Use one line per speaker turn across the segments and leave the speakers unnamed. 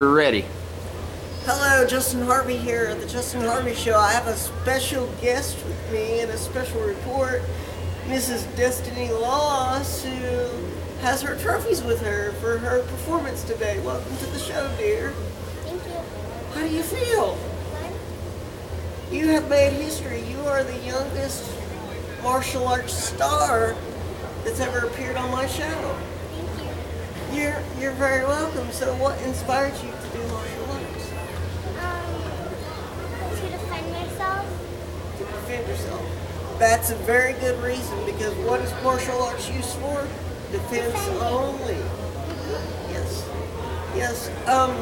We're ready.
Hello, Justin Harvey here at the Justin Harvey Show. I have a special guest with me and a special report, Mrs. Destiny Laws, who has her trophies with her for her performance today. Welcome to the show, dear.
Thank you.
How do you feel?
One,
You have made history. You are the youngest martial arts star that's ever appeared on my show.
thank you.
You're you're very welcome. So, what inspired you to do martial arts?
Um, to defend myself,
to defend yourself. That's a very good reason because what is martial arts used for? Defense only. Yes. Yes. Um,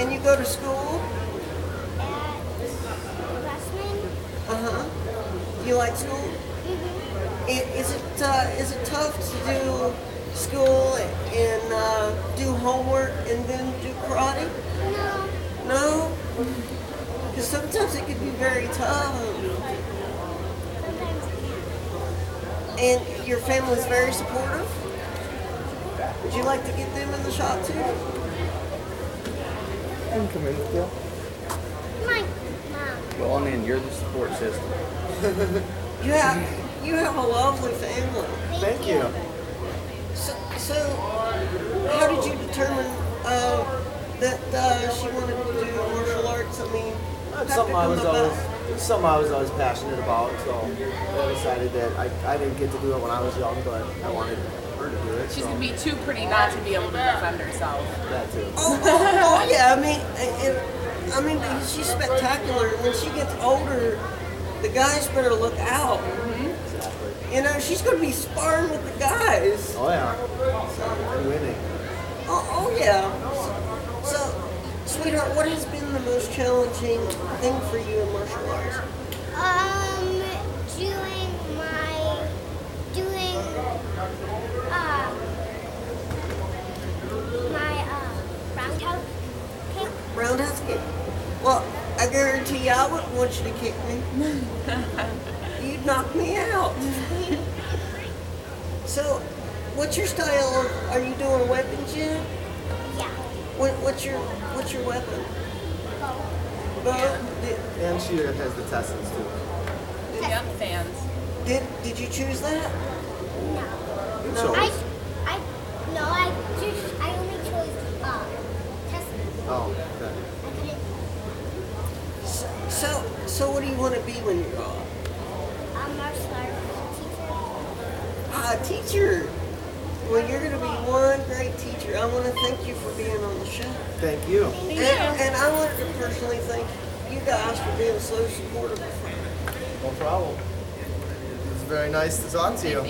and you go to school?
at Westman,
Uh huh. You like school? It, is it uh, is it tough to do school and uh, do homework and then do karate?
no,
No. Because sometimes it can be very tough.
sometimes
And your family's very supportive. Would you like to get them in the shop too?
You can come in, Phil.
my mom.
Go on in. You're the support system.
You have, you have a lovely family.
Thank,
So, so how did you determine uh, that uh, she wanted to do martial arts? I mean, how
That's
did
something
it
I
come
was always,
about?
it's something I was always passionate about. So I decided that I, I didn't get to do it when I was young, but I wanted her to do it.
She's
so
gonna be too pretty not to be able to defend herself.
that too.
Oh, oh, oh, yeah, I mean, it, it- I mean, she's spectacular. When she gets older, the guys better look out.
Mm-hmm. Exactly.
You know, she's going to be sparring with the guys.
Oh yeah. So I'm winning.
Oh, oh yeah. So, sweetheart, what has been the most challenging thing for you in martial arts?
Um, doing my, doing, um, my, uh, roundhouse kick.
Roundhouse kick. Well, I guarantee you, I wouldn't want you to kick me. You'd knock me out. so, what's your style? Of, are you doing weapons yet?
Yeah.
What, what's your What's your weapon? Bow. Did,
And she has the tessels too.
Yep, fans.
did Did you choose that?
No.
You
No,
I,
chose.
I, no, I just, I only chose, uh, Tesla.
Oh, okay.
I couldn't.
So, so, so what do you want to be when you grow up?
I'm uh, martial arts
Ah,
teacher.
teacher. Well, you're going to be one great teacher. I want to thank you for being on the show.
Thank you.
And, and I want to personally thank you guys for being so supportive of me.
No problem. It's very nice to talk to you.